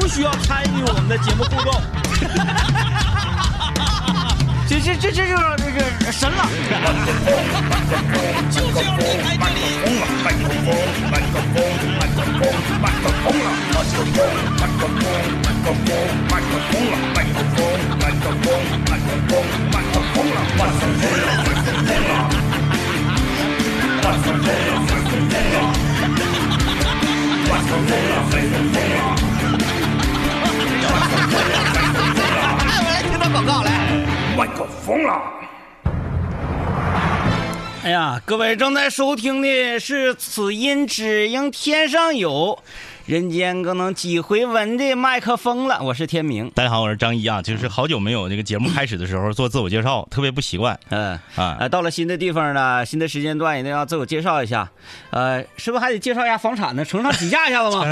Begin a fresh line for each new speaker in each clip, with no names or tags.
不需要参与我们的节目互 动。
这这这这就是这个神了。
就是要离开这里。
哎，我来听段广告来。
麦克风了。
哎呀，各位正在收听的是此音只应天上有，人间更能几回闻的麦克风了。我是天明。
大家好，我是张一啊，就是好久没有这个节目开始的时候做自我介绍，特别不习惯。
嗯
啊
呃，到了新的地方呢，新的时间段一定要自我介绍一下，呃，是不是还得介绍一下房产呢？承上启下一下 子吗？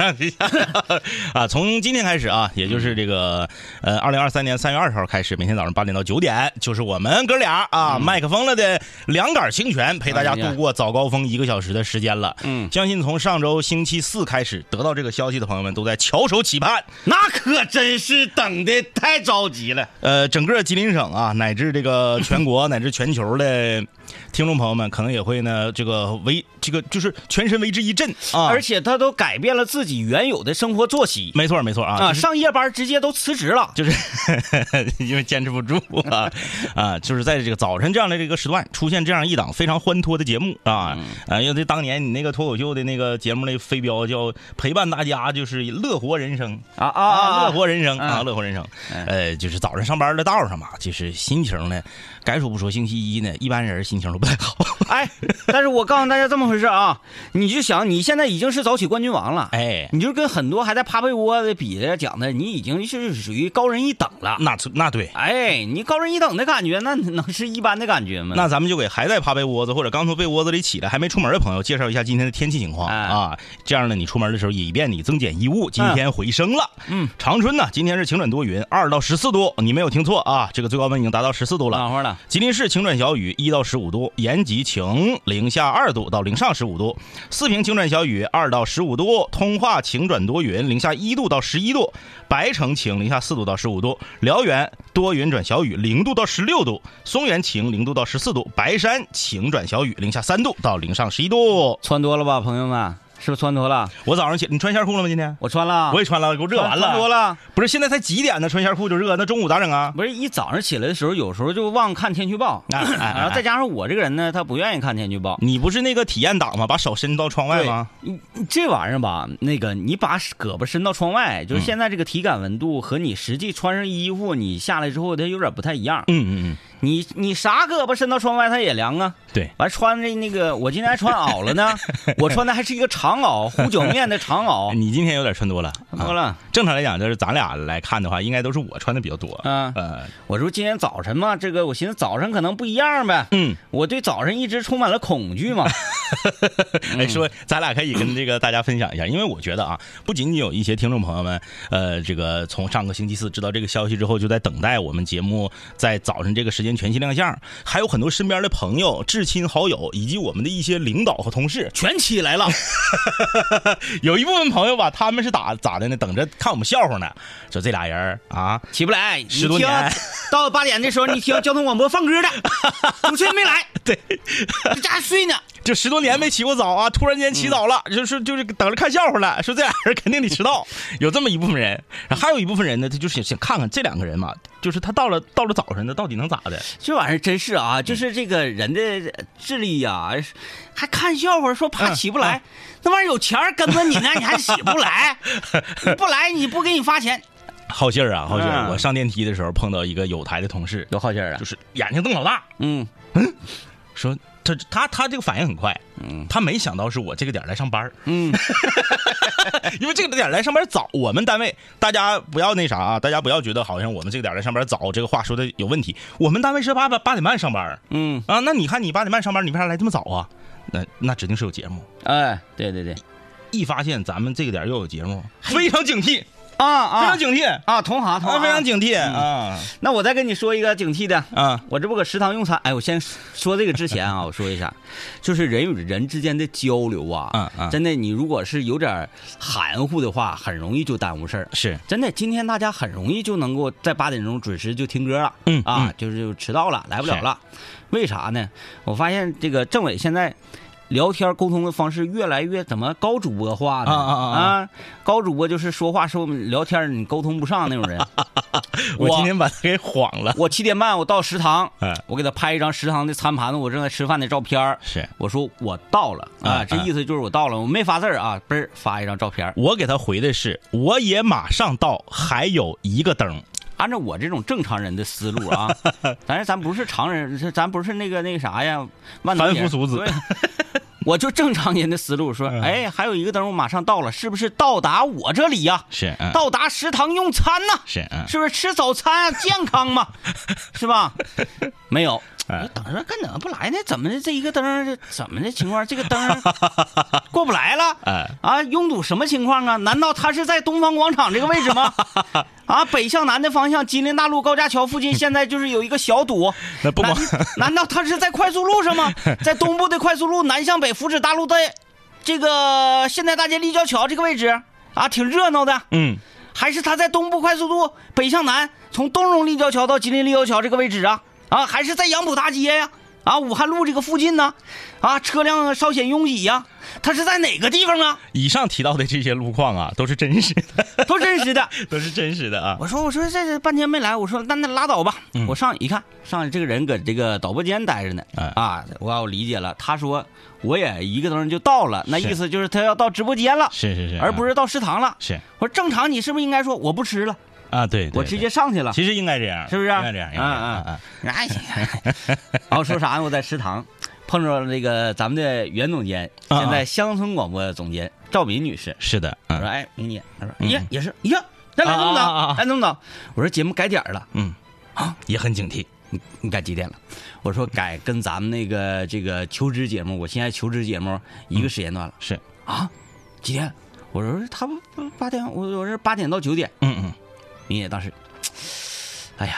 啊，从今天开始啊，也就是这个呃，二零二三年三月二十号开始，每天早上八点到九点，就是我们哥俩啊，麦克风了的两杆清泉，陪大家度过早高峰一个小时的时间了。
嗯
相信从上周星期四开始得到这个消息的朋友们，都在翘首企盼。
那可真是等的太着急了。
呃，整个吉林省啊，乃至这个全国乃至全球的听众朋友们，可能也会呢，这个为这个就是全身为之一震啊。
而且他都改变了自己原有的生活作息
没错没错
啊，
啊，
上夜班直接都辞职了。
就是 因为坚持不住 啊啊，就是在这个早晨这样的这个时段出现这样一档非常欢脱的节目啊
嗯
啊，因为这当年你那个脱口秀的那个节目的飞镖叫陪伴大家，就是乐活人生
啊啊啊！
乐活人生
啊
啊，乐活人生。呃，就是早上上班的道上吧，就是心情呢，该说不说，星期一呢，一般人心情都不太 好。
哎，但是我告诉大家这么回事啊，你就想你现在已经是早起冠军王了，
哎，
你就跟很多还在趴被窝的比的讲的，你已经是属于高人一等了。
那那对，
哎，你高人一等的感觉，那能是一般的感觉吗？
那咱们就给还在趴被窝子或者刚从被窝子里起来还没出门的朋友介绍一下今天的天气情况
哎
啊。这样呢，你出门的时候以便你增减衣物。今天回升了，
嗯，
长春呢今天是晴转多云，二到十四度，你没有听错啊，这个最高温已经达到十四度了。
暖和了。
吉林市晴转小雨，一到十五度；延吉晴，零下二度到零上十五度；四平晴转小雨，二到十五度；通化晴转多云，零下一度到十一度；白城晴，零下四度到十五度；辽源多云转小雨，零度到十六度；松原晴，零度到十四度；白山晴转小雨，零下三度到零上十一度。
穿多了吧，朋友们？是不是穿多了？
我早上起，你穿线裤了吗？今天
我穿了，啊
我也穿了，给我热完
穿多
了。
了。
不是，现在才几点呢？穿线裤就热，那中午咋 整啊？
不是一早上起来的时候，有时候就忘看天气预报，
哎哎哎
啊然后再加上我这个人呢，他不愿意看天气预报。
你不是那个体验党吗？把手伸到窗外吗？
这玩意儿吧，那个你把胳膊伸到窗外，
嗯
就是现在这个体感温度和你实际穿上衣服你下来之后，它有点不太一样。
嗯嗯嗯，
你你啥胳膊伸到窗外，它也凉啊。
对。
完穿着那个，我今天还穿袄了 呢，我穿的还是一个长袄，胡九面的长 袄。
哎你今天有点穿多了，啊
哦多了，
正常来讲，就是咱俩来看的话，应该都是我穿的比较多。
嗯
呃，
我说今天早晨嘛，这个我寻思早晨可能不一样呗。
嗯，
我对早晨一直充满了恐惧 嘛。
哎，说咱俩可以跟这个大家分享一下，因为我觉
嗯
得啊，不仅仅有一些听众朋友们，呃，这个从上个星期四知道这个消息之后，就在等待我们节目在早晨这个时间全新亮相，还有很多身边的朋友、至亲好友，以及我们的一些领导和同事，
全起来了，
有一部分朋友吧，他们是咋咋的呢？等着看我们笑话呢，说这俩人儿啊，
起不来。你
十多年
听到八点的时候，你听交通广播放歌的，主持人没 来，
对。
这家还睡呢。
这十多年没起过早啊，突然间起早了，就是就是等着看笑话了，说这俩 人肯定得迟到，有这么一部分人，然后还有一部分人呢，他就是想想看看这两个人嘛，就是他到了到了早晨呢，到底能咋的？
这玩意儿真是啊，就是这个人的智力呀、还看笑话说怕起不来，那玩意儿有钱儿跟着你呢，你还起不 来，你不来你不给你发钱，
好信儿啊，好信儿！
嗯
我上电梯的时候碰到一个有台的同事，
有好心儿啊
就。是眼睛瞪老大，
嗯，
说他他他这个反应很快，嗯，他没想到是我这个点儿来上班儿，
嗯，
因为这个点儿来上班早，我们单位大家不要那啥啊，大家不要觉得好像我们这个点儿来上班早，这个话说的有问题，我们单位是八八八点半上班儿，
嗯，
啊，那你看你八点半上班，你为啥来这么早啊？那那指定是有节目。
哎，对对对，
一发现咱们这个点儿又有节目，非常警惕。
啊啊
非常警惕，
啊，同行同
啊，
行，
非常警惕啊
那我再跟你说一个警惕的，
啊
我这不搁食堂用餐，哎，我先说这个之前 啊，我说一下，就是人与人之间的交流啊，
啊啊
真的，你如果是有点含糊的话，很容易就耽误事儿。
是
真的，今天大家很容易就能够在八点钟准时就听歌了，
嗯
啊
嗯，
就是就迟到了，来不了了。为啥呢？我发现这个政委现在聊天沟通的方式越来越怎么高主播化呢？
啊啊啊啊
高主播就是说话说聊天你沟通不上那 种人。
我
我
今天把他给晃了，
我七点半我到食堂
哎，
我给他拍一张食堂的餐盘子，我正在吃饭的照片儿
是
我说我到了啊，
嗯
这
嗯
意思就是我到了，我没发字儿啊，嘣儿发一张照片儿。
我给他回的是，我也马上到，还有一个灯，
按照我这种正常人的思路 啊，咱是咱不是常人，是咱不是那个那个啥呀，万能
凡
人
夫俗子
对我就正常人的思路说，
嗯
哎，还有一个灯，我马上到了，是不是到达我这里呀、
是嗯
到达食堂用餐呐、
是嗯
是不是吃早餐啊？健康 嘛，是吧？没有，
哎
我等着干怎么不来呢？怎么的？这一个灯儿这怎么的情况？这个灯 儿过不来了？
哎
啊，拥堵什么情况啊？难道他是在东方广场这个位置 吗？啊，北向南的方向，吉林大路高架桥附近现在就是有一个小堵。
那 不
难
忙，
难道他是在快速路上吗？在东部的快速路南向北福祉大路的这个现代大街立交桥这个位置啊，挺热闹的。
嗯，
还是他在东部快速路北向南，从东荣立交桥到吉林立交桥这个位置啊啊，还是在杨浦大街呀啊武汉路这个附近呢啊，车辆稍显拥挤呀、他是在哪个地方啊？
以上提到的这些路况啊，都是真实的，
都真实 的。
都是真 实的啊，
我说我说这这半天没来，我说那那拉倒吧。
嗯
我上一看，上这个人搁这个导播间待着呢
哎
啊，我我理解了。他说我也一个多钟就到了，那
是
意思就是他要到直播间了，
是是是，
而不
是
是到食堂了。
是
我说正常，你是不是应该说我不吃了，
啊，对，对
我直
对
接上去了？
其实应该这样，
是不是啊
应该这样，
嗯
应该这样
嗯
嗯嗯
哎呀，然后说啥呢？我在食 堂碰着那个咱们的袁总监，
啊
现在乡村广播总监赵敏女士。
是的，
我说
嗯
哎，美女，她说
嗯
呀，也是呀，咱俩这么
啊啊啊
早
啊，
咱这么早。我说节目改点儿了，
嗯，啊，也很警惕，
你你改几点了？我说改跟咱们那个这个求职节目，我现在求职节目一个时间段了
是，
啊，
嗯
几点？我说他不不八点，我我是八点到九点。
嗯嗯，
明姐当时，哎呀，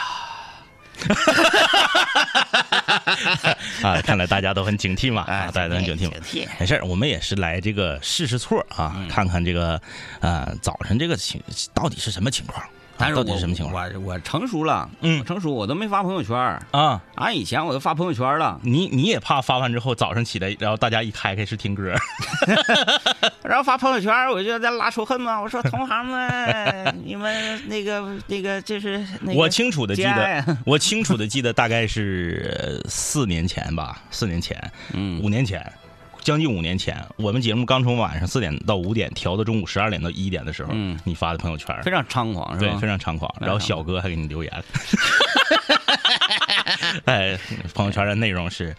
啊，看来大家都很警惕嘛，啊，大家都很警惕嘛。
哎惕
没事儿，我们也是来这个试试错儿
嗯
啊，看看这个，呃，早晨这个情到底是什么情况？啊
但是
到
我
底是什么情况？
我我成熟了，
嗯
我成熟，我都没发朋友圈儿。
啊，
俺以前我都发朋友圈了，
你你也怕发完之后早上起来，然后大家一开开是听歌，
然后发朋友圈儿我就在拉仇恨嘛。我说同行们，你们那个那个就是那个，
我清楚的记
节哀
得
啊，
我清楚的记得大概是呃四年前吧，四年前，
嗯
五年前，将近五年前，我们节目刚从晚上四点到五点调到中午十二点到一点的时候，
嗯
你发的朋友圈，
非常猖狂是
对
吧，
非？常猖狂。
常
然后小哥还给你留言， 哎，朋友圈的内容是，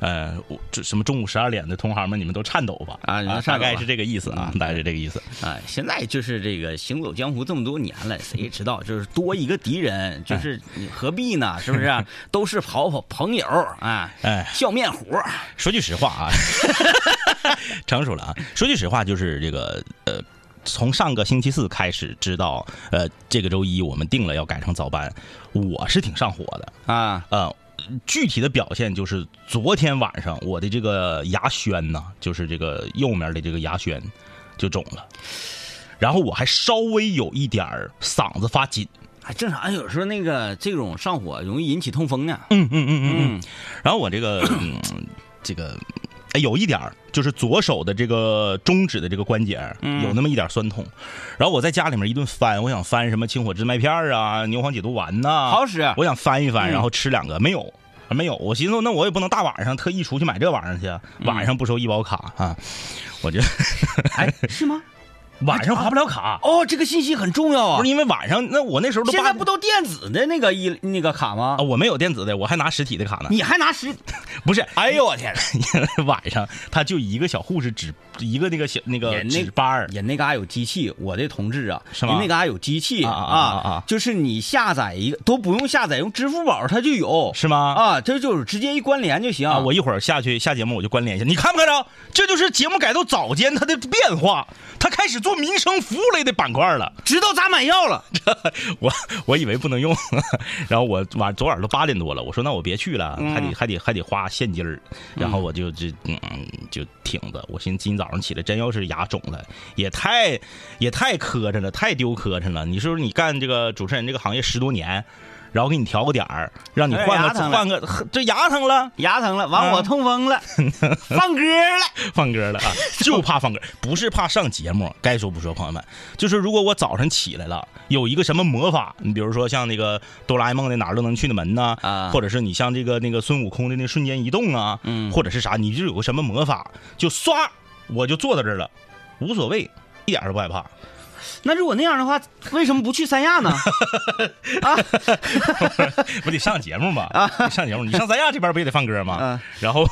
呃，我这什么中午十二点的同行们，你们都颤抖吧？
啊你们
大
颤抖吧嗯
概是这个意思啊，大概是这个意思。
啊，现在就是这个行走江湖这么多年了，谁知道就是多一个敌人，
哎
就是你何必呢？是不是啊？都是好朋朋友啊，
哎
笑面虎，
说句实话啊， 成熟了啊。说句实话，就是这个呃，从上个星期四开始，知道呃，这个周一我们定了要改成早班，我是挺上火的。
啊
呃，具体的表现就是昨天晚上我的这个牙宣呢，就是这个右面的这个牙宣就肿了，然后我还稍微有一点儿嗓子发紧。
还哎正常。有时候那个这种上火容易引起痛风呢。
嗯嗯嗯嗯
嗯，
然后我这个嗯这个哎有一点儿，就是左手的这个中指的这个关节儿有那么一点儿酸痛。然后我在家里面一顿翻，我想翻什么清火治麦片儿啊、牛黄解毒丸呐、
好使
我想翻一翻，
嗯
然后吃两个，没有。没有，我寻思那我也不能大晚上特意出去买这玩意儿去啊，
嗯
晚上不收医保卡啊， 我 觉得
哎，是吗？
晚上划不了卡，
哦，这个信息很重要啊
不是。因为晚上那我那时候都
现在
八
不都电子的那个一那个卡吗
啊，？我没有电子的，我还拿实体的卡 呢，
你还拿实？
不是，
哎呦我天哪！
因为晚上他就一个小护士值一个那个小那个
人那
值班儿，
人那嘎有机器，我的同志啊，
是吗
人那嘎有机器
啊啊啊啊啊
就是你下载一个都不用下载，用支付宝它就有，
是吗？
啊，这就是直接一关联就行。
啊，我一会儿下去下节目我就关联一下，你看不看着？这就是节目改到早间它的变化，它开始做做民生服务类的板块了。
知道咋买药了。
我我以为不能用， 然后我晚昨晚都八点多了，我说那我别去了，
嗯
还得还得还得花现金儿，然后我就这嗯就挺着，我寻思今早上起来真要是牙肿了，也太也太磕碜了，太丢磕碜了。你说你干这个主持人这个行业十多年，然后给你调个点儿，让你换
哎牙
个
疼了
换个这牙疼了，
牙疼了，
啊
完我痛风 了，放歌了。
放歌了啊，就怕放歌，不是怕上节目。该说不说，朋友们，就是如果我早晨起来了，有一个什么魔法，你比如说像那个哆啦 A 梦的哪儿都能去的门呐、
啊
或者是你像这个那个孙悟空的那瞬间移动啊，
嗯
或者是啥，你就有个什么魔法，就唰我就坐到这儿了，无所谓，一点儿都不害怕。
那如果那样的话，为什么不去三 亚呢？啊，
不得上节目 吗？得上节目，你上咱家这边不也得放歌吗？
嗯
然后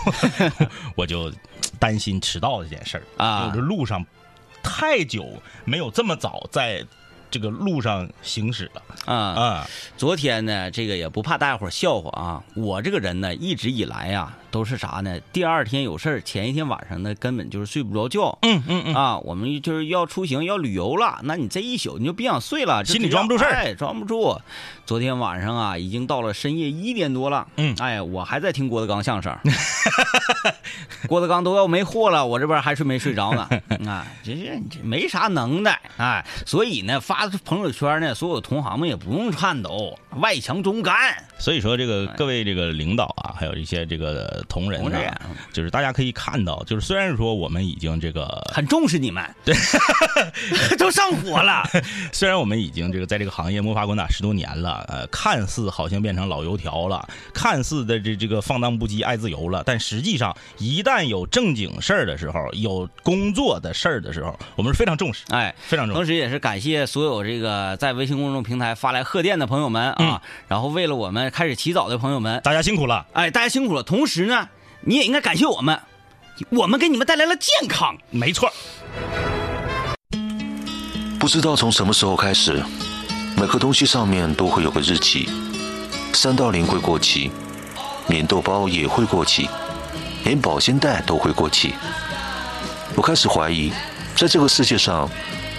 我就担心迟到这件事儿
啊
因为我这路上太久没有这么早在这个路上行驶了
啊、
啊、
昨天呢，这个也不怕大家伙儿笑话啊，我这个人呢，一直以来呀、啊都是啥呢？第二天有事儿，前一天晚上呢，根本就是睡不着觉。
嗯嗯嗯，
啊，我们就是要出行要旅游了，那你这一宿你就别想睡了，
心里
就直
装不住事儿
哎，装不住。昨天晚上啊，已经到了深夜一点多了，
嗯
哎，我还在听郭德纲相声， 郭德纲都要没货了，我这边还是没睡着 呢，啊，这这这没啥能耐，哎，所以呢，发朋友圈呢，所有同行们也不用颤抖，外强中干，
所以说这个各位这个领导啊，还有一些这个同仁
同
呢、
志啊
就是大家可以看到，就是虽然说我们已经这个
很重视你们，对， 都上火 了，
虽然我们已经这个在这个行业摸爬滚打十多年了，呃，看似好像变成老油条了，看似的这这个放荡不羁、爱自由了，但实际上一旦有正经事儿的时候，有工作的事儿的时候，我们是非常重视，
哎。
非常重视。
同时，也是感谢所有这个在微信公众平台发来贺电的朋友们啊，然后为了我们开始起早的朋友们，
大家辛苦了，
哎，大家辛苦了。同时呢，你也应该感谢我们，我们给你们带来了健康。
没错儿。
不知道从什么时候开始，每个东西上面都会有个日期，三道零会过期，棉豆包也会过期，连保鲜袋都会过期。我开始怀疑，在这个世界上，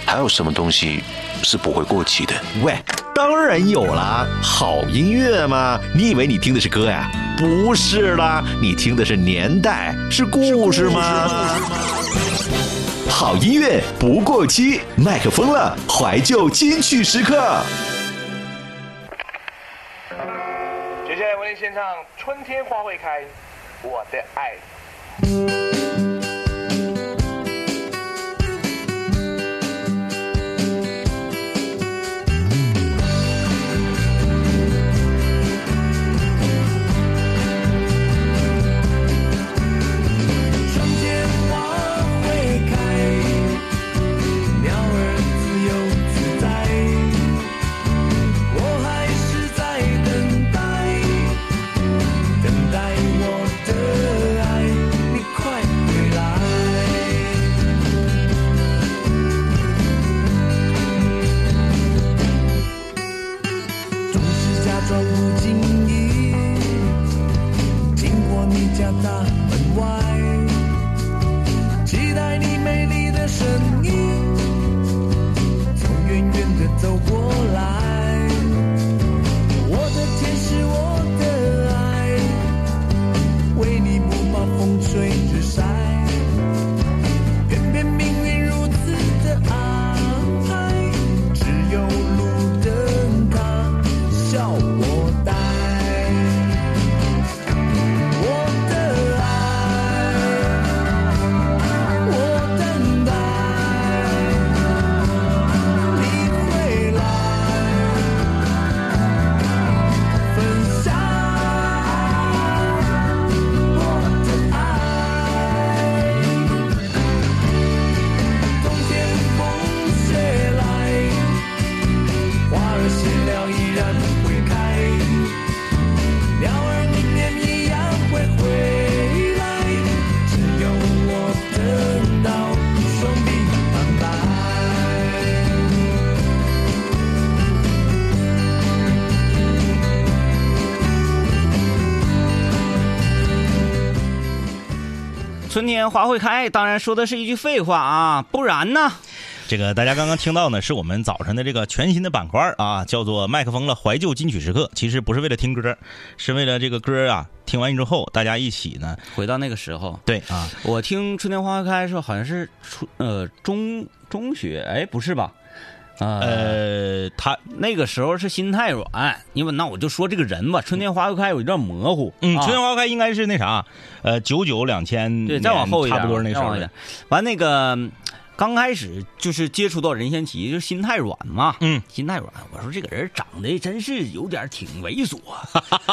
还有什么东西是不会过期的？
喂，当然有啦，好音乐嘛！你以为你听的是歌呀？不是啦，你听的是年代，是故事嘛。好音乐不过期，麦克风了，怀旧金曲时刻。
接下来为您献唱《春天花会开》，我的爱。
春天花会开，鸟儿自由自在。我还是在等待，等待我的爱，你快回来。总是假装不经意，经过你家大门外。期待你美丽的身影从远远的走过来。我的天使，我的爱，为你不怕风吹日晒。偏偏命运如此的安排，只有路灯它笑我呆。我的爱。我等待你回来，分享我的爱。冬天风雪来，花儿谢了依然会开，鸟儿明年一样会回来。只有我等到双臂坦白。
春天花会开，当然说的是一句废话啊，不然呢？
这个大家刚刚听到呢，是我们早晨的这个全新的板块儿啊，叫做“麦克风了怀旧金曲时刻”。其实不是为了听歌，是为了这个歌啊，听完之后大家一起呢，
回到那个时候，
对啊，
我听《春天花开》的时候，好像是初呃中中学，哎，不是吧？呃，
呃，他
那个时候是心太软，因为那我就说这个人吧，《春天花又开》有一点模糊，
嗯，
啊
春天花开应该是那啥，呃，九九两千，
对，再往后一点，
差不多那时
再往
候
后一点。完那个刚开始就是接触到任贤齐，就是心太软嘛，
嗯，
心太软。我说这个人长得真是有点挺猥琐，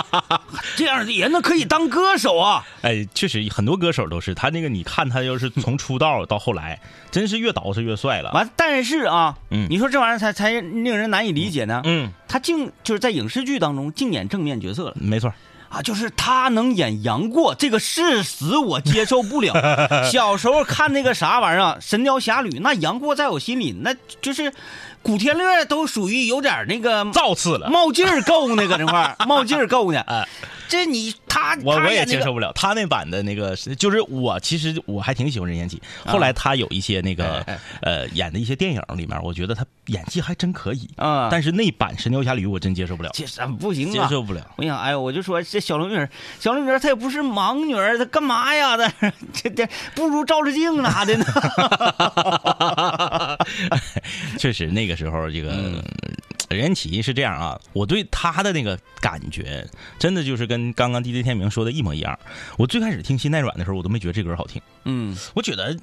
这样的人呢可以当歌手啊。
哎，确实很多歌手都是他那个，你看他要是从出道到后来，真是越倒是越帅了。
完，但是啊，
嗯
你说这玩意儿才才令人难以理解呢。
嗯，
他竟就是在影视剧当中竟演正面角色了
没错，
啊！就是他能演杨过，这个事实我接受不 了。小时候看那个啥玩意儿啊，《神雕侠侣》，那杨过在我心里那就是古天乐都属于有点那个
造次了。啊
冒劲儿够那个这块儿，冒劲儿够 呢。这你他
我
他
我也
演那
接
个
受不了他那版的那个是，就是我其实我还挺喜欢任贤齐，后来他有一些那个呃演的一些电影里面，我觉得他演技还真可以
啊
但是那版《神雕侠侣》我真接受不了，
这啥不行
接
啊！
受不了。
我想，哎呦，我就说这小龙女儿，小龙女儿她也不是盲女儿，她干嘛呀？ 她这这不如赵丽静啥的呢？
确实，那个时候这个任贤齐是这样啊，我对他的那个感觉，真的就是跟刚刚 DJ 天明说的一模一样。我最开始听《心太软》的时候，我都没觉得这歌好听，
嗯，
我觉得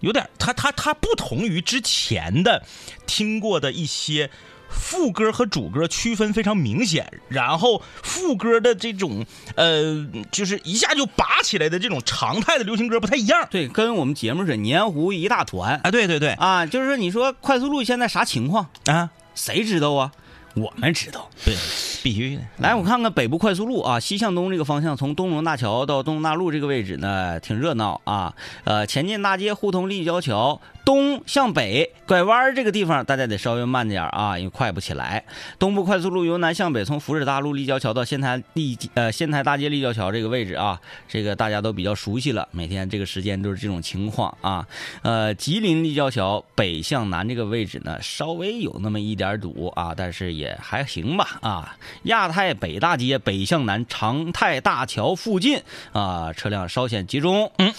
有点他他他不同于之前的听过的一些。副歌和主歌区分非常明显，然后副歌的这种呃，就是一下就拔起来的这种常态的流行歌不太一样。
对，跟我们节目是黏糊一大团
啊，对对对
啊。就是说，你说快速路现在啥情况？
啊，
谁知道啊？我们知道。
对，必须的。
来，我看看北部快速路啊，西向东这个方向，从东龙大桥到东大路这个位置呢，挺热闹啊。呃，前进大街、胡同、立交桥东向北拐弯儿这个地方，大家得稍微慢点儿啊，因为快不起来。东部快速路由南向北，从福祉大路立交桥到仙台立呃仙台大街立交桥这个位置啊，这个大家都比较熟悉了，每天这个时间都是这种情况啊。呃，吉林立交桥北向南这个位置呢，稍微有那么一点儿堵啊，但是也还行吧啊。亚太北大街北向南长泰大桥附近啊，车辆稍显集中。嗯，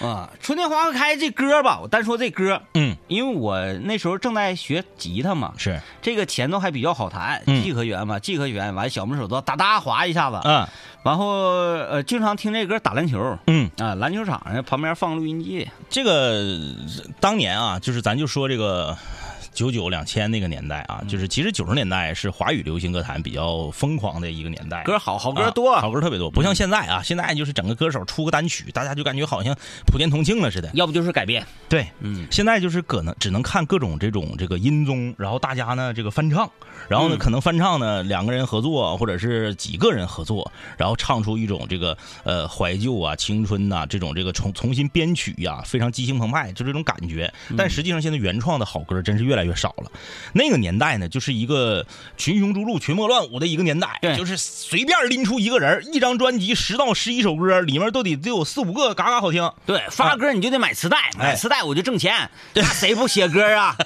啊，春天花开这歌吧，我单说这歌，
嗯，
因为我那时候正在学吉他嘛，
是，
这个前头还比较好弹
嗯
，G 和弦嘛，G 和弦，完小拇手指头哒哒划一下子，
嗯
然后呃，经常听这歌打篮球。
嗯，
啊，篮球场上旁边放录音机，
这个当年啊，就是咱就说这个九九两千那个年代啊，就是其实九十年代是华语流行歌坛比较疯狂的一个年代，
歌好，好歌多，
哎啊好歌特别多，不像现在啊，现在就是整个歌手出个单曲，大家就感觉好像普天同庆了似的。
要不就是改编。
对，
嗯，
现在就是可能只能看各种这种这个音综，然后大家呢这个翻唱，然后呢
嗯
可能翻唱呢两个人合作或者是几个人合作，然后唱出一种这个呃怀旧啊、青春呐、这种这个重重新编曲呀、非常激情澎湃，就这种感觉。
嗯
但实际上现在原创的好歌真是越来越少了。那个年代呢，就是一个群雄逐鹿、群魔乱舞的一个年代
对，
就是随便拎出一个人，一张专辑十到十一首歌，里面都得得有四五个嘎嘎好听。
对，发歌你就得买磁带，
嗯
买磁带我就挣
哎
钱。那谁不写歌 啊？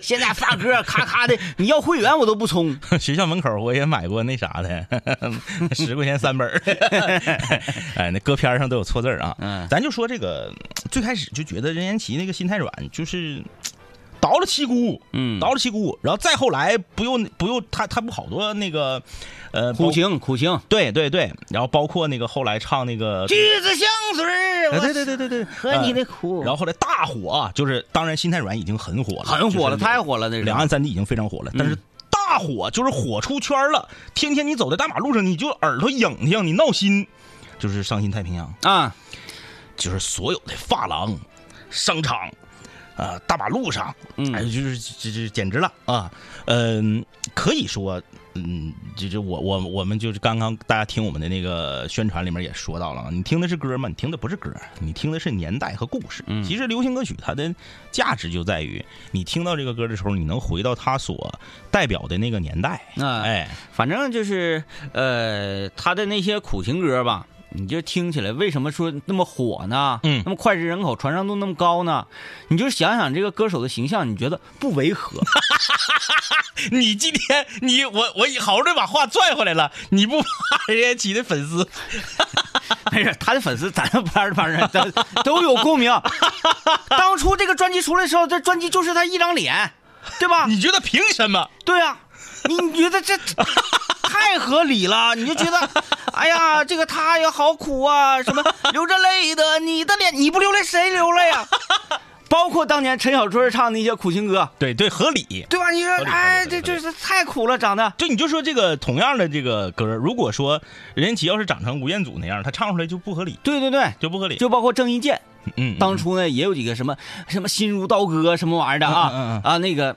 现在发歌咔咔的，你要会员我都不充。
学校门口我也买过那啥的，十块钱三本儿。 哎，那歌片上都有错字儿啊。
嗯
咱就说这个，最开始就觉得任贤齐那个心太软，就是倒了七姑，
嗯
倒了七姑，然后再后来不用不用他他不好多那个呃
苦。
包
情苦情，
对对对，然后包括那个后来唱那个，
橘子香水儿，
哎
我
对对对对对，
和你的苦
呃然后后来大火啊，就是当然心太软已经很火了，
很火了，
就是
太火了，那啊是
两岸三地已经非常火了，但是大火就是火出圈了。天天你走在大马路上，你就耳朵痒痒，你闹心，就是伤心太平洋，
啊，
就是所有的发廊、商场。啊、大马路上，
嗯
哎，就是这这简直了啊，嗯、可以说，嗯，这这我我我们就是刚刚大家听我们的那个宣传里面也说到了啊，你听的是歌吗？你听的不是歌，你听的是年代和故事。其实流行歌曲它的价值就在于你听到这个歌的时候，你能回到它所代表的那个年代。
啊
哎，
反正就是呃，他的那些苦情歌吧，你就听起来为什么说那么火呢？
嗯
那么脍炙人口、传唱度那么高呢？你就想想这个歌手的形象，你觉得不违和？
你今天你我我好不容易把话拽回来了，你不怕人家起的粉丝？
没事，哎他的粉丝咱这班儿班人咱都有共鸣。当初这个专辑出来的时候，这专辑就是他一张脸，对 吧？
你觉得凭什么？
对啊，你你觉 得这太合理了？你就觉得，哎呀，这个他也好苦啊， 什么流着泪的，你的脸你不流泪谁流泪 呀、包括当年陈小春唱那些苦情歌，
对对，合理。
对吧？你说
合，理
哎，
合理
这
合
这
理
是太苦了，长得。
就你就说这个同样的这个歌，如果说任贤齐要是长成吴彦祖那样，他唱出来就不合理，
对对对，
就不合理。
就包括郑伊健，
嗯嗯，嗯
当初呢也有几个什么什么心如刀割什么玩意儿的啊、
嗯嗯嗯
啊，那个，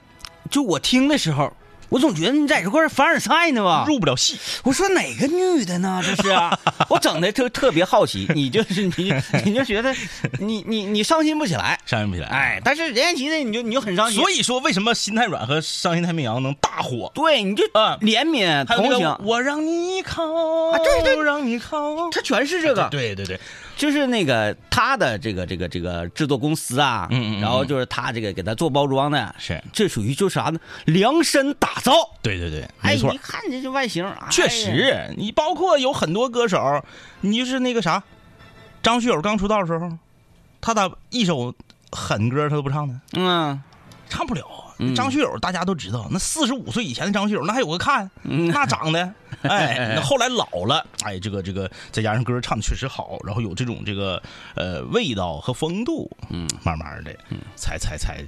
就我听的时候，我总觉得你在这块儿凡尔赛呢吧？
入不了戏。
我说哪个女的 呢？这是、啊，我整的特特别好奇，你就是你，你就觉得你你你伤心不起来，
商量不起来。
哎，，但是任贤齐的你就你就很伤心，
所
以
以说为什么心太软和伤心太平洋能大火？
对你就
嗯
怜悯
还有
同
那个
情，
我让你靠，
啊对对
让你靠。
他全是这个，
对对对，
就是那个他的这个这个这个制作公司啊，
嗯嗯嗯
然后就是他这个给他做包装的，
是
这属于就是啥呢？量身打造，
对对对，
哎，
没错
你，看这这外形，哎呀
确实，你包括有很多歌手，你就是那个啥，张学友刚出道的时候，他咋一首狠歌他都不唱呢？
嗯，
唱不了。张学友大家都知道，那四十五岁以前的张学友，那还有个看， 那长得， 哎，那后来老了，哎，这个这个，再加上歌唱的确实好，然后有这种这个呃味道和风度，嗯，慢慢的，才才才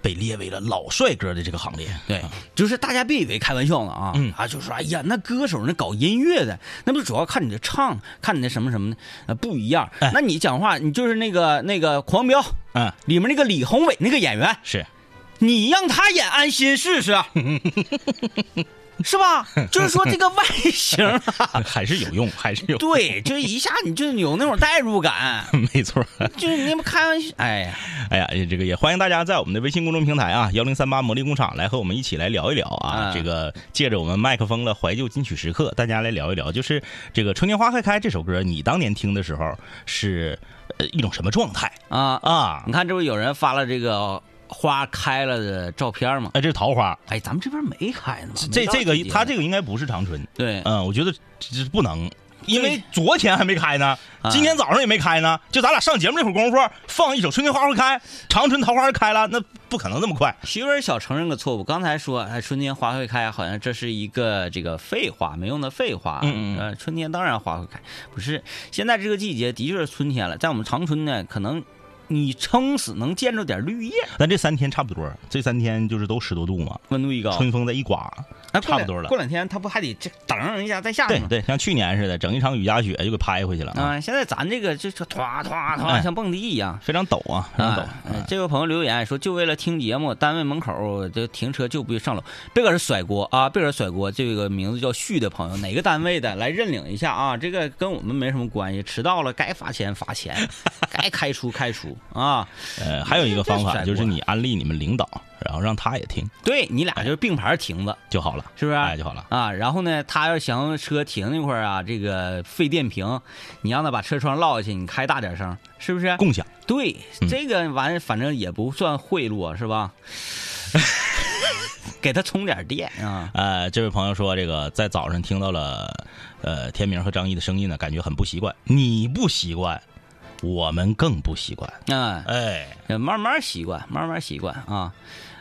被列为了老帅哥的这个行列。
对，就是大家别以为开玩笑呢啊、
嗯
啊，就说哎呀，那歌手那搞音乐的，那不主要看你的唱，看你的什么什么的，呃不一样。
哎
那你讲话，你就是那个那个《狂飙》
嗯，
里面那个李宏伟那个演员，
是，
你让他演安心试试，是吧？就是说这个外形啊，
还是有用，还是有，
对，就是一下你就有那种代入感，
没错。
就是你们开玩笑，哎呀，
哎呀，这个也欢迎大家在我们的微信公众平台啊，幺零三八魔力工厂来和我们一起来聊一聊啊。
嗯
这个借着我们麦克风的怀旧金曲时刻，大家来聊一聊，就是这个《春天花开开》这首歌，你当年听的时候是呃一种什么状态
啊，
啊？
你看这不有人发了这个花开了的照片吗？
哎，这是桃花，
哎，咱们这边没开呢吧，
这
没到
这个
季节
他这个应该不是长春，
对，
嗯，我觉得这不能。因为昨天还没开呢，
啊
今天早上也没开呢，就咱俩上节目这会儿功夫，放一首《春天花会开》，长春桃花开了，那不可能那么快。
徐文晓承认个错误，刚才说哎，春天花会开，好像这是一个这个废话，没用的废话。
嗯嗯嗯
呃，春天当然花会开，不是现在这个季节的确是春天了，在我们长春呢，可能你撑死能见着点绿叶，
咱这三天差不多，这三天就是都十多度嘛，
温度一高，
春风再一刮，
哎
差不多了
啊过两过两天它不还得这噔一下再下去
对
吗？
对，像去年似的，整一场雨夹雪就给拍回去了啊，
啊，现在咱这个就就歘歘歘
哎
像蹦迪一样。
非常陡啊，非常陡
啊。，呃这位朋友留言说，就为了听节目，单位门口就停车就不上楼，别搁这甩锅啊！别搁这甩锅。这个名字叫旭的朋友，哪个单位的来认领一下啊？这个跟我们没什么关系，迟到了该罚钱罚 钱，该开除开除啊！
呃，还有一个方
这
法
甩
就是
锅
你安利你们领导，然后让他也听
对你俩就是并排停子，
就好了，
是不是？
哎就好了。
啊，然后呢，他要想车停那块儿啊，这个费电瓶，你让他把车窗落下去，你开大点声，是不是？
共享，
对，
嗯
这个玩意儿反正也不算贿赂，是 吧？给他充点电啊！
呃，这位朋友说，这个在早上听到了，呃，天明和张译的声音呢，感觉很不习惯。你不习惯，我们更不习惯。
啊，
哎，
慢慢习惯，慢慢习惯啊。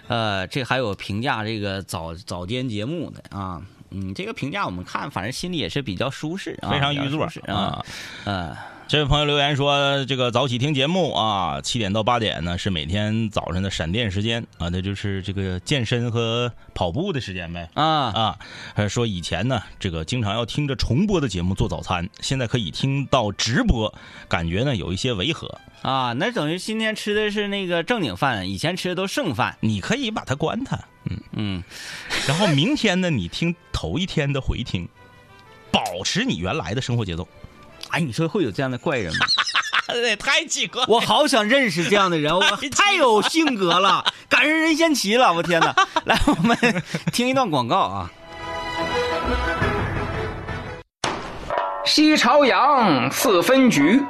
呃，这还有评价这个早早间节目的啊，嗯，这个评价我们看，反正心里也是比较舒适啊，
非常
比较
预
舒
座
适啊
啊。。
呃，
这位朋友留言说，这个早起听节目啊，七点到八点呢是每天早晨的闪电时间啊，那就是这个健身和跑步的时间呗。
啊，
啊，呃说以前呢，这个经常要听着重播的节目做早餐，现在可以听到直播，感觉呢有一些违和。
啊，那等于今天吃的是那个正经饭，以前吃的都剩饭。
你可以把它关它，
嗯，
然后明天呢，你听头一天的回听，保持你原来的生活节奏。
哎，你说会有这样的怪人吗？
哎，太奇怪
我好想认识这样的人，我太有性格了，赶上任贤齐了，我天哪！来，我 们听一段广告啊。
西朝阳四分局，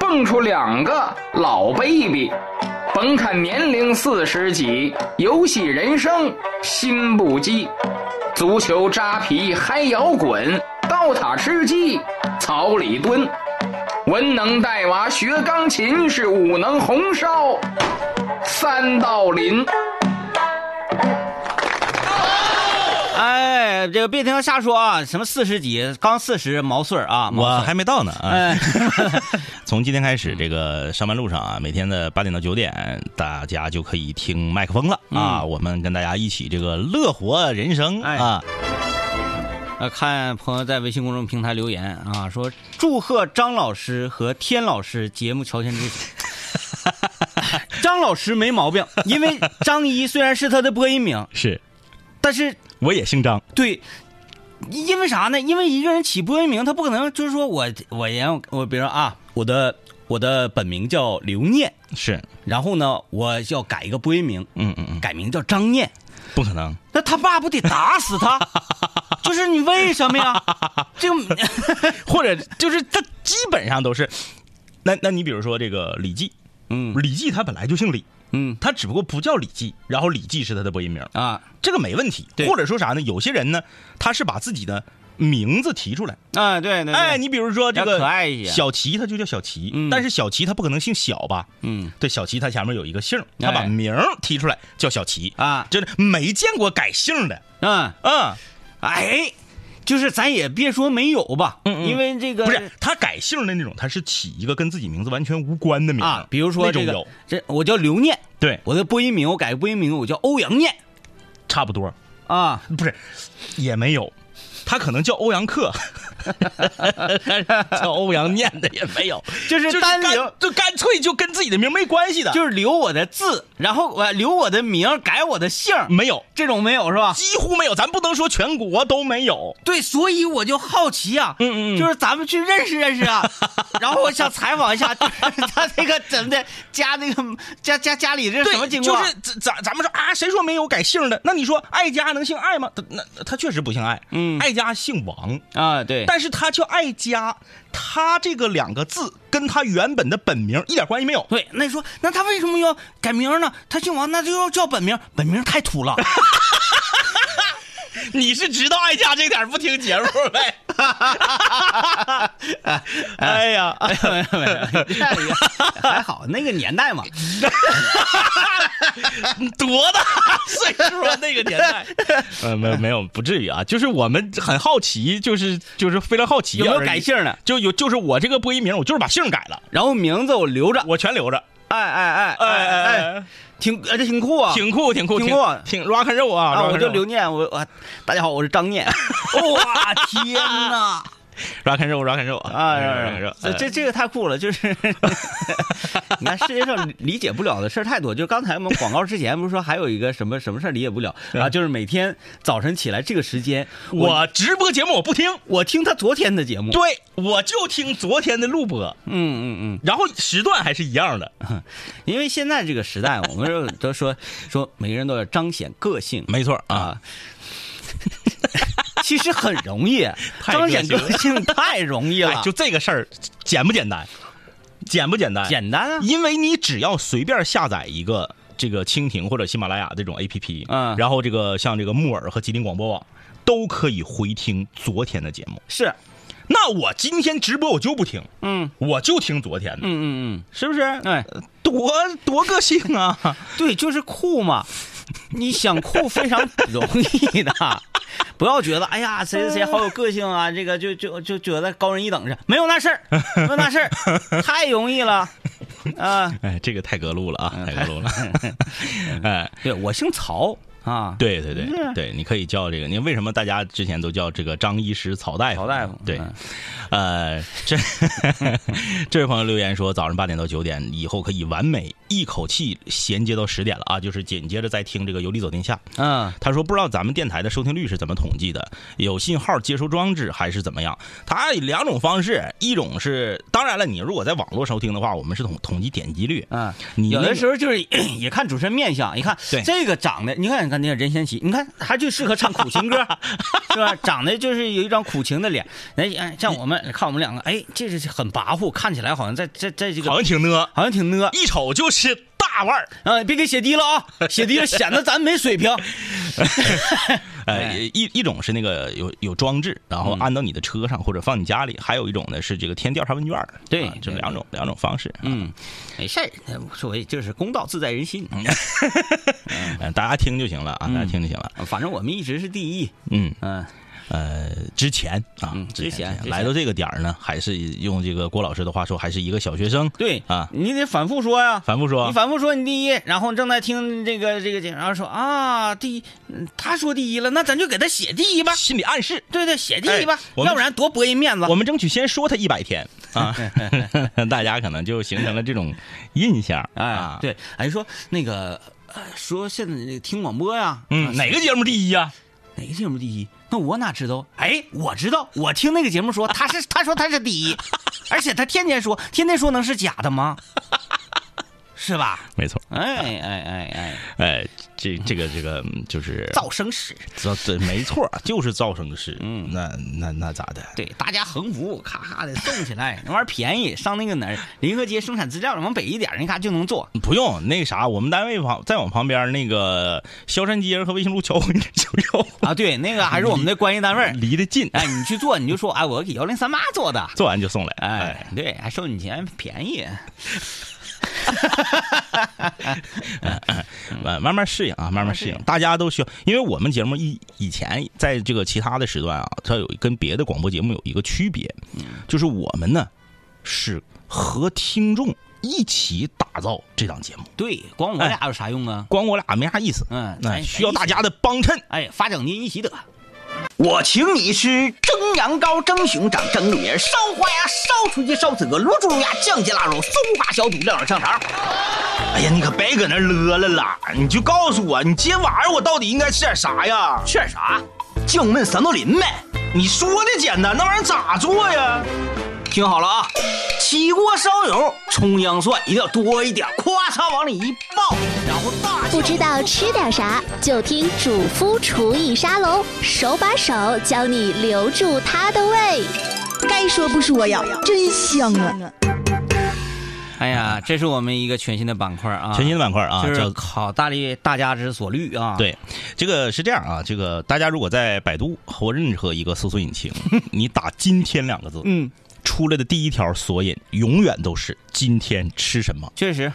蹦出两个老 baby。甭看年龄四十几，游戏人生心不羁。足球扎皮嗨摇滚，刀塔吃鸡草里蹲。文能带娃学钢琴，是武能红烧三道林。
哎，这个别听他瞎说啊，什么四十几，刚四十毛岁儿啊，毛
我
岁儿
还没到呢啊！
哎，
从今天开始，这个上班路上啊，每天的八点到九点，大家就可以听麦克风了啊！我们跟大家一起这个乐活人生
哎
啊！
呃，看朋友在微信公众平台留言啊，说祝贺张老师和天老师节目乔迁之喜。 张老师没毛病，因为张一虽然是他的播音名，
是，
但是
我也姓张，
对，因为啥呢？因为一个人起播音名，他不可能就是说我我言我比如说啊，我的我的本名叫刘念，
是，
然后呢，我要改一个播音名，
嗯嗯嗯，
改名叫张念，
不可能，
那他爸不得打死他？就是你为什么呀？这个
或者就是他基本上都是，那那你比如说这个李记，
嗯
李记他本来就姓李，
嗯
他只不过不叫李记，然后李记是他的播音名，
啊
这个没问题。
对
或者说啥呢？有些人呢，他是把自己的名字提出来，
啊，对对对，
哎，你比如说这
要
个
可爱一些
小齐他就叫小齐，
嗯
但是小齐他不可能姓小吧？
嗯
对，小齐他前面有一个姓儿，他把
哎
名儿提出来叫小齐，
啊
真的没见过改姓的，
嗯，
嗯，
哎，就是咱也别说没有吧，
嗯嗯
因为这个
不是他改姓的那种，他是起一个跟自己名字完全无关的名儿
啊，比如说
那
这
种
个
有，
这我叫刘念，
对，
我的播音名我改播音名，我叫欧阳念
差不多，
啊，
不是也没有。他可能叫欧 阳克，叫欧阳念的也没有，
就是
就是
单
干
刘。
就干脆就跟自己的名没关系的，
就是留我的字，然后我留我的名，改我的姓儿，
没有，
这种没有是吧？
几乎没有。咱不能说全国都没有，
对，所以我就好奇啊，
嗯嗯嗯
就是咱们去认识认识 啊，然后我想采访一下，就是他这个怎么的家那个家家家里这什么情况？
就是咱咱咱们说啊，谁说没有改姓的？那你说艾家能姓艾吗？他那他确实不姓艾，
嗯
艾家姓王，
啊，对，
但是他叫艾家，他这个两个字跟他原本的本名一点关系没有。
对，那你说那他为什么要改名呢？他姓王，那就要叫本名，本名太土 了。
你是知道艾家这点不听节目呗？ 哎呀，
哎呀，没有没有，这个哎还好，那个年代嘛，
多大岁数啊？那个年代？ 呃，没有没有，不至于啊。就是我们很好奇，就是就是非常好奇，
有
啊
没有改？姓呢？
就有就是我这个播音名，我就是把姓改了，
然后名字我留着，
我全留着。
哎哎哎哎哎，，挺哎这挺酷啊，
挺酷，挺酷，
挺
挺
酷
挺 rock and roll 啊！
啊，
rock
我
and
就
roll
刘念，我我大家好，我是张 念。哇，天 哪！
rock and roll，rock and roll
啊，
rock and roll，
这这
哎
这个太酷了，就是 你看世界上理解不了的事儿太多。就刚才我们广告之前不是说还有一个什么什么事儿理解不了啊？就是每天早晨起来这个时间，我
我直播节目我不听，
我听他昨天的节目，
对我就听昨天的录播，
嗯嗯
然后时段还是一样的，
嗯，因为现在这个时代，我们就都说说每个人都要彰显个性
没错啊。
啊。其实很容易，
太
彰显
个
个
性
性太容易
哎
了，，
就这个事儿简不简单？简不简单？
简单啊。
因为你只要随便下载一个这个蜻蜓或者喜马拉雅这种 A P P，
嗯
然后这个像这个木耳和吉林广播网都可以回听昨天的节目。
是，
那我今天直播我就不听，
嗯
我就听昨天的，
嗯嗯
是不是？
嗯，哎，
多多个性啊！
对，就是酷嘛，你想酷非常容易的，不要觉得哎呀谁谁谁好有个性啊，这个就就就觉得高人一等是没有那事儿，没有那事儿，太容易了啊！
哎，这个太隔路了啊，太隔路 了。哎，
对我姓曹啊，
对对对
是
对，你可以叫这个，你为什么大家之前都叫这个张医师、曹大夫？
曹大夫
对
嗯，
呃，这 这位朋友留言说，早上八点到九点以后可以完美一口气衔接到十点了啊，就是紧接着再听这个《游历走天下》。
嗯
他说不知道咱们电台的收听率是怎么统计的，有信号接收装置还是怎么样？它有两种方式，一种是当然了，你如果在网络收听的话，我们是统统计点击率。
嗯，
你
有
那
的
个
时候就是也看主持人面相，一看
对
这个长得，你看看那个任贤齐，你看他就适合唱苦情 歌，是吧？长得就是有一张苦情的脸。哎哎，像我们看我们两个，哎，这是很跋扈，看起来好像在在在这个
好像挺呢，
好像挺 呢。
一瞅就是大腕儿。
啊，别给写低了啊，写低了显得咱没水平。哎
呃，一一种是那个有有装置，然
嗯
后安到你的车上或者放你家里，还有一种呢是这个填调查问卷儿。
对
啊这
对
两种两种方式。啊
嗯， 没事儿，无所谓，就是公道自在人心。
嗯，大家听就行了啊，
嗯
大家听就行了。
反正我们一直是第一。
嗯，
嗯，
呃，之前啊
嗯，之前之前
来到这个点儿呢，还是用这个郭老师的话说，还是一个小学生。
对
啊，
你得反复说呀。
反复说
你，反复说你第一，然后正在听这个这个，然后说啊第一，嗯他说第一了，那咱就给他写第一吧，
心理暗示。
对对，写第一吧
哎，我们
要不然多博人面子
我。们争取先说他一百天 啊，大家可能就形成了这种印象
哎
啊。，，
对，哎说那个呃说现在那个听广播呀，啊
嗯，哪个节目第一呀？
哪个节目第一？那我哪知道？哎，我知道，我听那个节目说他是，他说他是第一，而且他天天说，天天说能是假的吗？ 是吧？
没错，
哎哎哎哎，
哎，这这个这个嗯就是
造声史，
造对，没错，就是造声师。嗯，那那那咋的？
对，大家横幅咔咔的送起来，那玩意儿便宜，上那个哪儿临河街生产资料往北一点儿，你看就能做。
不用那啥，我们单位旁再往旁边那个萧山街和卫星路交汇那九幺，
啊，对，那个还是我们的关系单位儿。
离得近，
哎，你去做，你就说，哎，我给幺零三八做的。
做完就送来。
哎，对，还收你钱，便宜。
慢慢慢适应啊，慢慢适应，大家都需要，因为我们节目以以前在这个其他的时段啊，它有跟别的广播节目有一个区别，就是我们呢是和听众一起打造这档节目，
对，光我俩有啥用啊？
光我俩没啥哎意思，
嗯
那
咱
需要大家的帮衬。
哎，发奖金一起得。
我请你吃蒸羊羔、蒸熊掌、蒸鹿眼、烧花鸭、烧雏鸡、烧子鹅、卤猪、卤鸭、酱鸡、腊肉、松花小肚、料酒香肠。
哎呀，你可别搁那勒了啦！你就告诉我，你今天晚上我到底应该吃点啥呀？
吃点啥？酱焖三道林呗。
你说的简单，那玩意儿咋做呀？
听好了啊，起锅烧油，葱姜蒜一定要多一点，咵嚓往里一爆，然后大
不知道吃点啥，就听主夫厨艺沙龙，手把手教你留住他的胃。该说不说呀，真香啊！
哎呀，这是我们一个全新的板块啊，
全新的板块啊，
就
叫
是考大力大家之所虑啊。，
对，这个是这样啊，这个大家如果在百度或任何一个搜索引 擎，你打“今天”两个字，嗯，出来的第一条索引永远都是今天吃什么。
确实，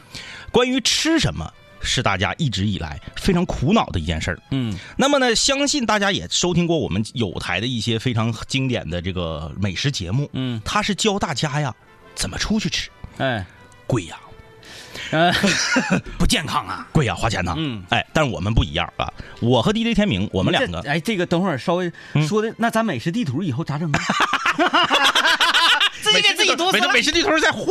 关于吃什么。是大家一直以来非常苦恼的一件事儿。
嗯，
那么呢，相信大家也收听过我们有台的一些非常经典的这个美食节目。
嗯，
它是教大家呀怎么出去吃，
哎，
贵呀、
呃不健康啊。
贵呀、花钱呐、
嗯，
哎，但是我们不一样啊，我和 DJ 天明，我们两个嗯
这哎，这个等会儿稍微说的，那咱美食地图以后咋整啊？自己给自己多
美
了
美食地图 再换，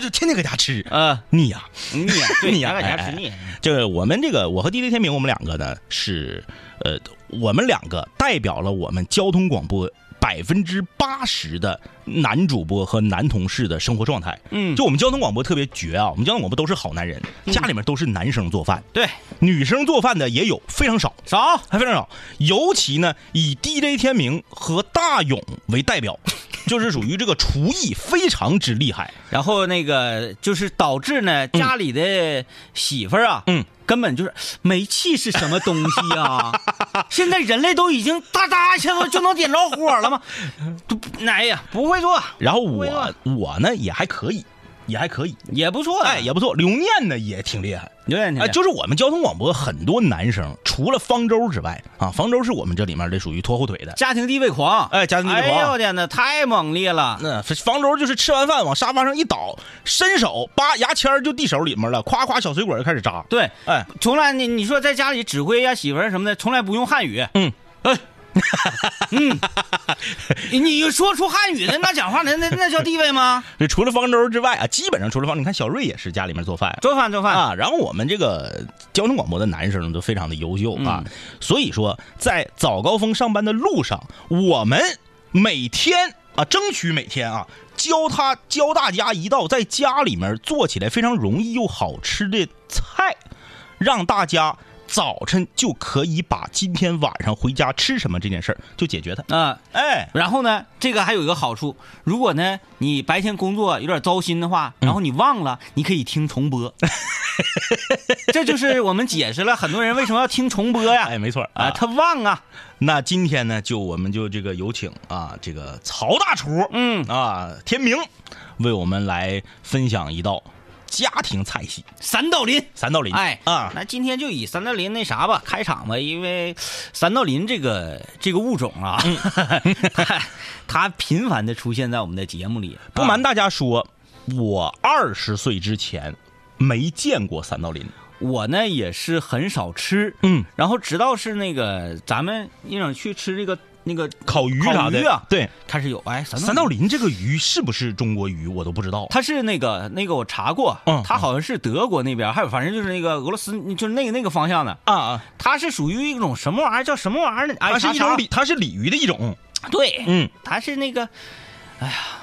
就天天搁家吃，
呃，
腻呀，
你 也对
腻呀，
咱搁
哎
家
哎
吃腻。啊
就是我们这个，我和 DJ 天明，我们两个呢是，呃，我们两个代表了我们交通广播百分之八十的男主播和男同事的生活状态。
嗯
就我们交通广播特别绝啊，我们交通广播都是好男人，家里面都是男生做饭，
对，
女生做饭的也有，非常少。
少
还非常少。尤其呢，以 DJ 天明和大勇为代 表，就是属于这个厨艺非常之厉害。
然后那个就是导致呢，家里的媳妇儿啊，
嗯，
根本就是煤气是什么东西 啊？现在人类都已经哒哒一下就能点着火了吗？都不哎呀，不会做
然后
会
我
做
我呢也还可以，也还可以，
也不错，
哎也不错。刘念呢也挺厉害，
有点
哎，就是我们交通广播很多男生，除了方舟之外啊，方舟是我们这里面的属于拖后腿的。
家庭地位狂，
哎家庭地位狂
哎呦我天哪，太猛烈了！
那方舟就是吃完饭往沙发上一倒，伸手扒牙签儿就递手里面了，夸夸小水果就开始扎。
对，
哎，
从来你你说在家里指挥呀、媳妇儿什么的，从来不用汉语。
嗯，
哎， 嗯，你说出汉语的那讲话那那那叫地位吗？
这除了方舟之外啊，基本上除了方，你看小瑞也是家里面做饭，
做饭做饭，
啊，然后我们这个交通广播的男生都非常的优秀啊，所以说在早高峰上班的路上，我们每天啊，争取每天啊，教他教大家一道在家里面做起来非常容易又好吃的菜，让大家。早晨就可以把今天晚上回家吃什么这件事儿就解决它。
啊，
哎，
然后呢，这个还有一个好处，如果呢你白天工作有点糟心的话，
嗯
然后你忘了，你可以听重 播。这就是我们解释了很多人为什么要听重播呀
哎，没错儿
啊，他忘啊，
那今天呢，就我们就这个有请啊，这个曹大厨，
嗯
啊，天明，为我们来分享一道家庭菜系
三道林。
——三道林。
哎
啊，
那今天就以三道林那啥吧开场吧，因为三道林这个这个物种啊，
嗯
它它频繁的出现在我们的节目里。
不瞒
大，
大家说，我二十岁之前没见过三道林。
我呢也是很少吃，
嗯，
然后直到是那个咱们一整去吃这个那个
烤鱼啥
烤
的，
鱼啊，
对，
开始有哎三
三道林这个鱼是不是中国鱼，我都不知道。
它是那个那个我查过，
嗯
它好像是德国那边，还有反正就是那个俄罗斯，就是那个那个方向的，
啊啊，
它是属于一种什么玩意儿叫什么玩意儿的？哎
它是一种，
啥
鲤，它是鲤鱼的一种，
啥对，
嗯，
它是那个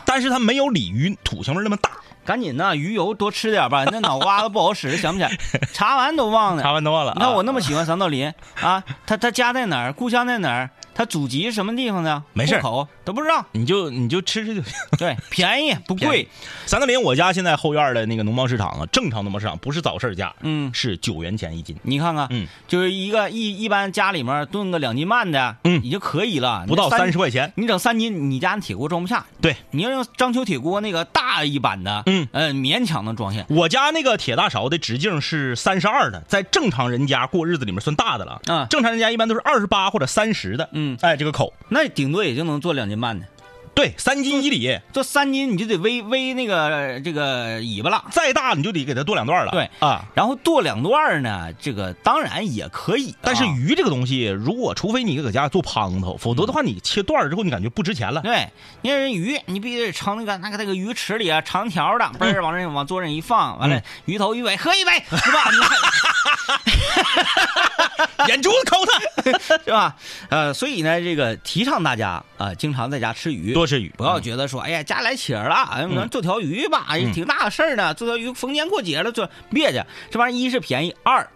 但是它没有鲤鱼土腥味那么大。
赶紧呐，鱼油多吃点 吧，那脑瓜子不好使，想不起来，查完都忘了。
查完都忘了啊。
你看哎我那么喜欢三道林啊，他他家在哪儿，故乡在哪儿，他祖籍是什么地方的，
没事
户口都不知道。
你就你就吃吃就行。
对，便宜不
贵
贵，，
三道林我家现在后院的那个农贸市场啊，正常农贸市场不是早市价，
嗯
是九元钱一斤，
你看看，
嗯，
就是一个一一般家里面炖个两斤半的，
嗯
也就可以了，
不到
那
三十。块钱。
你整三斤，你家那铁锅装不下。
对，
你要用章丘铁锅那个大一版的，
嗯
呃，勉强能装下。
我家那个铁大勺的直径是三十二的，在正常人家过日子里面算大的了。
嗯
正常人家一般都是二十八或者三十的。
嗯
哎，这个口，
那顶多也就能做两斤半的，
对，三斤一里，
做三斤你就得微微那个这个尾巴了。
再大你就得给它剁两段了。
对
啊，
然后剁两段儿呢，这个当然也可以啊，
但是鱼这个东西，如果除非你搁家做滂头，否则
嗯
的话你切段儿之后你感觉不值 钱了。
啊对，你看人鱼，你必须得盛那个那个那个鱼池里啊，长条
嗯
的，嘣儿往那往桌上一放，完了、鱼头鱼尾喝一杯，是吧？
眼珠子抠 它，
是吧？呃，所以呢，这个提倡大家啊、经常在家吃鱼，
多吃鱼
不要觉得说，哎呀，家来请儿了，哎，
嗯
咱做条鱼吧，哎，挺大个事儿呢，做条鱼，逢年过节了，做别介，这玩意儿一是便宜，二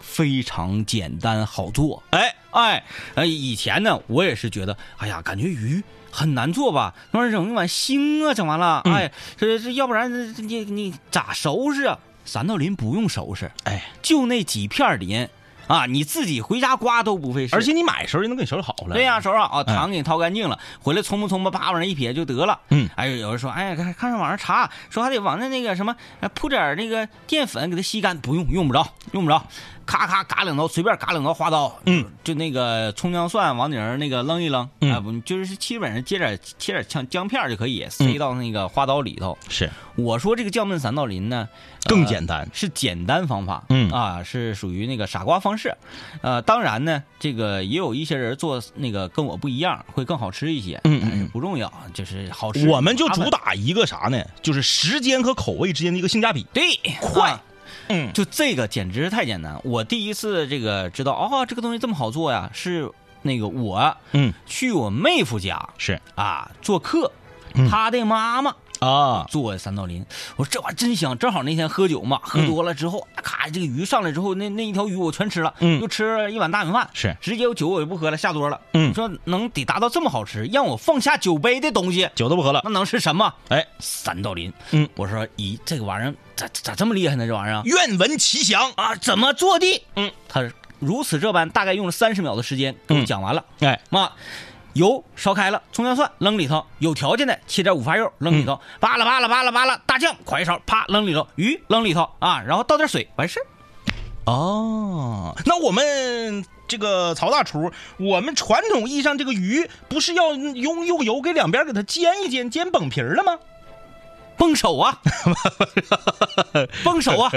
非常简单好做。
哎，
哎，呃，以前呢，我也是觉得，哎呀，感觉鱼很难做吧，那玩意儿整一碗腥啊，整完了，
嗯
哎，这这要不然这你你咋收拾啊？三道林不用收拾，
哎，
就那几片儿林啊，你自己回家刮都不费事，
而且你买的时候就能给你收拾好了。哎
对呀、手上啊，糖给你掏干净了，回来葱不葱吧，啪往那一撇就得了。
嗯
哎，有人说，哎呀，看看上网上查，说还得往那那个什么，呃铺点儿那个淀粉给它吸干，不用，用不着，用不着，咔咔嘎两刀，随便嘎两刀花刀，
嗯
就，就那个葱姜蒜往顶上那个扔一扔，
嗯
啊，不，就是基本上切点切点姜姜片儿就可以塞到那个花刀里头。
是
我说这个酱焖三道林呢，呃
更简单。
是简单方法，
嗯
啊，是属于那个傻瓜方式，呃，当然呢，这个也有一些人做那个跟我不一样，会更好吃一些，
嗯嗯嗯
但是不重要，就是好吃。
我们就
麻烦
主打一个啥呢？就是时间和口味之间的一个性价比。
对
快
啊
嗯
就这个简直是太简单。我第一次这个知道哦，这个东西这么好做呀，是那个我
嗯，
去我妹夫家
是
啊做客
嗯，
他的妈妈。
啊，
做三道林，我说这玩意儿真香，正好那天喝酒嘛，喝多了之后，咔、这个鱼上来之后，那那一条鱼我全吃了，
嗯
又吃了一碗大米饭，
是
直接我酒我就不喝了，下桌了。
嗯
你说能得达到这么好吃，让我放下酒杯的东西，
酒都不喝了
那。能是什么？
哎，
三道林。
嗯，
我说咦，这个玩意儿咋咋这么厉害呢？这玩意儿
愿闻其详啊！
啊，怎么做的？
嗯，
他如此这般，大概用了三十秒的时间给我讲完了。
哎，
妈，啊油烧开了，葱姜蒜扔里头，有条件的切点五花肉扔
嗯
里头，扒拉扒拉扒拉扒拉，大酱㧟一勺，啪扔里头，鱼扔里头啊，然后倒点水，完事儿。
哦，那我们这个曹大厨，我们传统意义上这个鱼不是要用用油给两边给它煎一煎，煎崩皮儿了吗？
崩手啊，崩手 啊，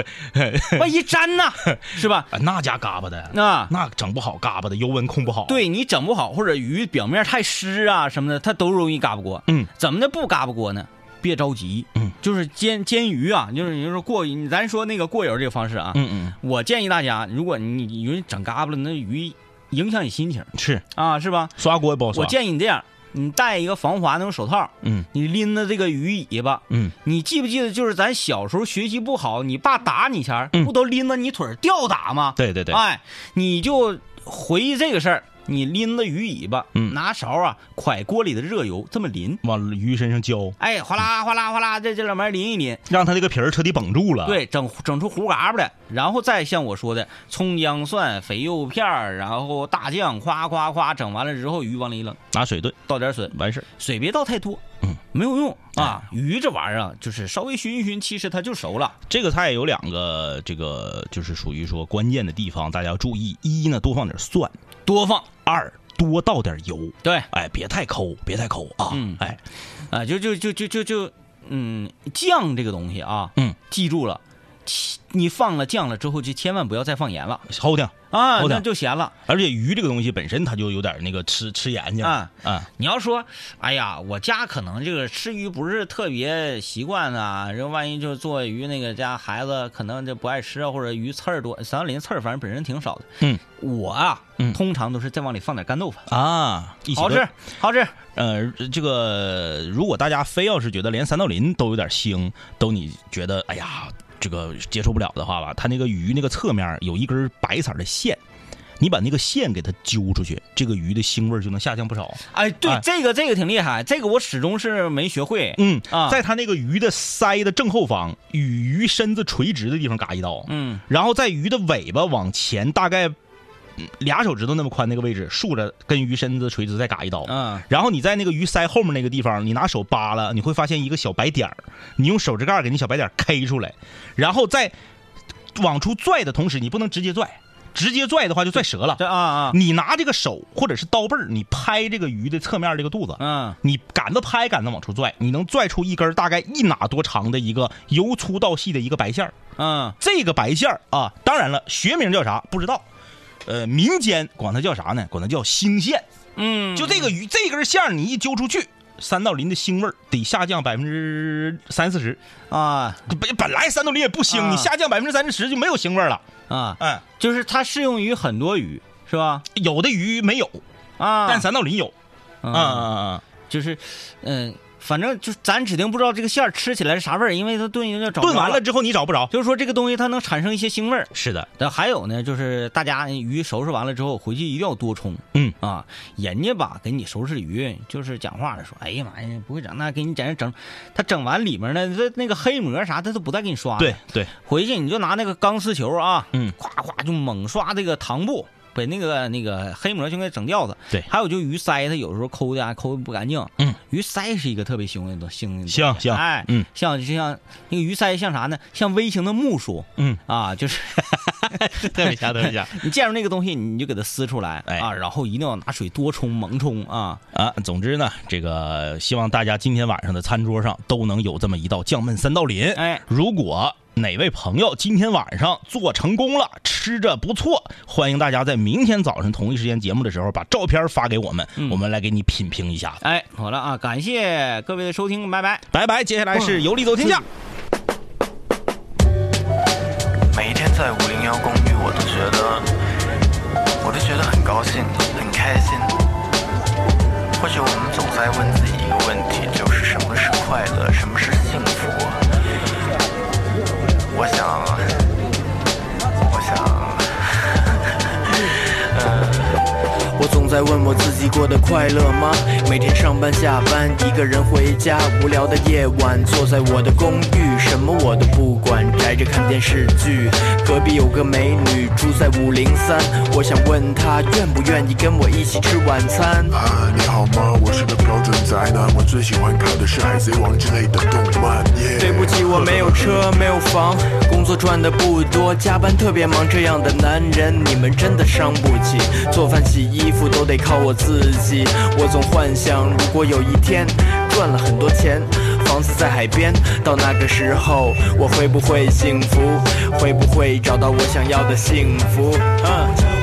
万一粘呐，是吧？
啊，那家嘎巴的，
啊
那整不好，嘎巴的油温控不好。，
对你整不好，或者鱼表面太湿啊什么的，它都容易嘎巴锅。
嗯，
怎么的不嘎巴锅呢？别着急，
嗯，
就是煎煎鱼啊，就是你说过，咱说那个过油这个方式啊，
嗯嗯，
我建议大家，如果你你鱼整嘎巴了，那鱼影响你心情
是
啊，是吧？
刷锅也不好刷。
我建议你这样，你戴一个防滑那种手套，
嗯
你拎着这个鱼尾巴，
嗯，
你记不记得就是咱小时候学习不好，你爸打你前儿，
嗯
不都拎着你腿儿吊打吗？
对对对，
哎，你就回忆这个事儿，你拎着鱼尾巴，
嗯
拿勺啊蒯锅里的热油，这么淋，
往鱼身上浇，
哎，哗啦哗啦哗啦，这这两边淋一淋，
让它这个皮儿彻底绷住了。，
对，整整出糊嘎巴来，然后再像我说的，葱姜蒜、肥肉片儿，然后大酱，夸夸夸，整完了之后，鱼往里一扔，
拿水炖
倒点水，
完事儿。
水别倒太多，
嗯，
没有用啊。鱼这玩意儿啊就是稍微熏一熏，其实它就熟了。
这个菜有两个，这个就是属于说关键的地方，大家要注意。一呢，多放点蒜；
多放
二，多倒点油。
对，
哎，别太抠，别太抠啊！
嗯
哎，
啊，就就就就就就，嗯，酱这个东西啊，
嗯，
记住了，其你放了酱了之后，就千万不要再放盐了
齁挺。
啊，
好的
那就咸了。
而且鱼这个东西本身它就有点那个吃吃盐去
啊
啊，
你要说，哎呀，我家可能这个吃鱼不是特别习惯呐、人万一就做鱼那个家孩子可能就不爱吃啊，或者鱼刺儿多，三林刺儿反正本身挺少的。
嗯，
我啊，
嗯
通常都是再往里放点干豆腐，
啊，一起
好
炖
吃，好吃。
呃，这个如果大家非要是觉得连三道鳞都有点腥，都你觉得哎呀这个接受不了的话吧，它那个鱼那个侧面有一根白色的线，你把那个线给它揪出去，这个鱼的腥味儿就能下降不少。
哎，对，
哎
这个这个挺厉害，这个我始终是没学会。
嗯，
啊
在它那个鱼的鳃的正后方，与鱼身子垂直的地方嘎一刀，
嗯
然后在鱼的尾巴往前大概嗯俩手指头那么宽那个位置竖着，跟鱼身子垂直再嘎一刀。
嗯
然后你在那个鱼鳃后面那个地方，你拿手扒拉，你会发现一个小白点儿，你用手指盖儿给那小白点儿 K 出来，然后再往出拽的同时，你不能直接拽，直接拽的话就拽折了
这。啊啊，
你拿这个手或者是刀背儿，你拍这个鱼的侧面这个肚子，
嗯
你杆子拍，杆子往出拽，你能拽出一根儿大概一哪多长的一个由粗到细的一个白线儿。
嗯，
这个白线儿啊，当然了，学名叫啥不知道，呃，民间管它叫啥呢？管它叫腥线。
嗯，
就这个鱼这根线儿你一揪出去，三道鳞的腥味儿得下降百分之三四十。
啊
本本来三道鳞也不腥，
啊
你下降百分之三四十就没有腥味儿了。
啊，
嗯，
就是它适用于很多鱼，是吧？
有的鱼没有，
啊，
但三道鳞有。
嗯
嗯嗯嗯
就是，嗯、反正就是咱指定不知道这个馅儿吃起来是啥味儿，因为它炖有点找
嗯，
不着
炖完了，之后你找不着。
就是说这个东西它能产生一些腥味儿。
是的，
但还有呢，就是大家哎鱼收拾完了之后回去一定要多冲，
嗯
啊，人家吧给你收拾鱼，就是讲话的说，哎呀妈呀，不会整那给你在那整，他整完里面呢，这那个黑膜啥他都不带给你刷，
对，对，
回去你就拿那个钢丝球啊，
嗯
夸夸就猛刷这个糖布，把那个那个黑膜全给整掉了。
对
还有就鱼鳃，它有时候抠的啊，抠的不干净。
嗯，
鱼鳃是一个特别凶的东西，凶的东西
行行
哎，
嗯，
像就像那个鱼鳃像啥呢？像微型的木梳。
嗯
啊， 就是
特别像，特别像
你见着那个东西，你就给它撕出来、
哎
啊，然后一定要拿水多冲猛冲啊。
啊。总之呢，这个希望大家今天晚上的餐桌上都能有这么一道酱焖三道鳞。
哎，
如果哪位朋友今天晚上做成功了，吃着不错，欢迎大家在明天早上同一时间节目的时候把照片发给我们，我们来给你品评一下。
哎，好了啊，感谢各位的收听，拜拜。
拜拜，接下来是游历走天下。
每一天在五零幺公寓，我都觉得，我都觉得很高兴，很开心。或许我们总在问自己一个问题，就是什么是快乐，什么是幸福？我想，我想。
我总在问我自己过得快乐吗？每天上班下班，一个人回家，无聊的夜晚，坐在我的公寓，什么我都不管，宅着看电视剧。隔壁有个美女住在五零三，我想问她愿不愿意跟我一起吃晚餐。
嗨，啊你好吗？我是个标准宅男，我最喜欢看的是《海贼王》之类的动漫。耶
对不起，我没有车，没有房，工作赚的不多，加班特别忙。这样的男人，你们真的伤不起。做饭、洗衣服都得靠我自己。我总幻想，如果有一天赚了很多钱，房子在海边，到那个时候，我会不会幸福？会不会找到我想要的幸福？嗯。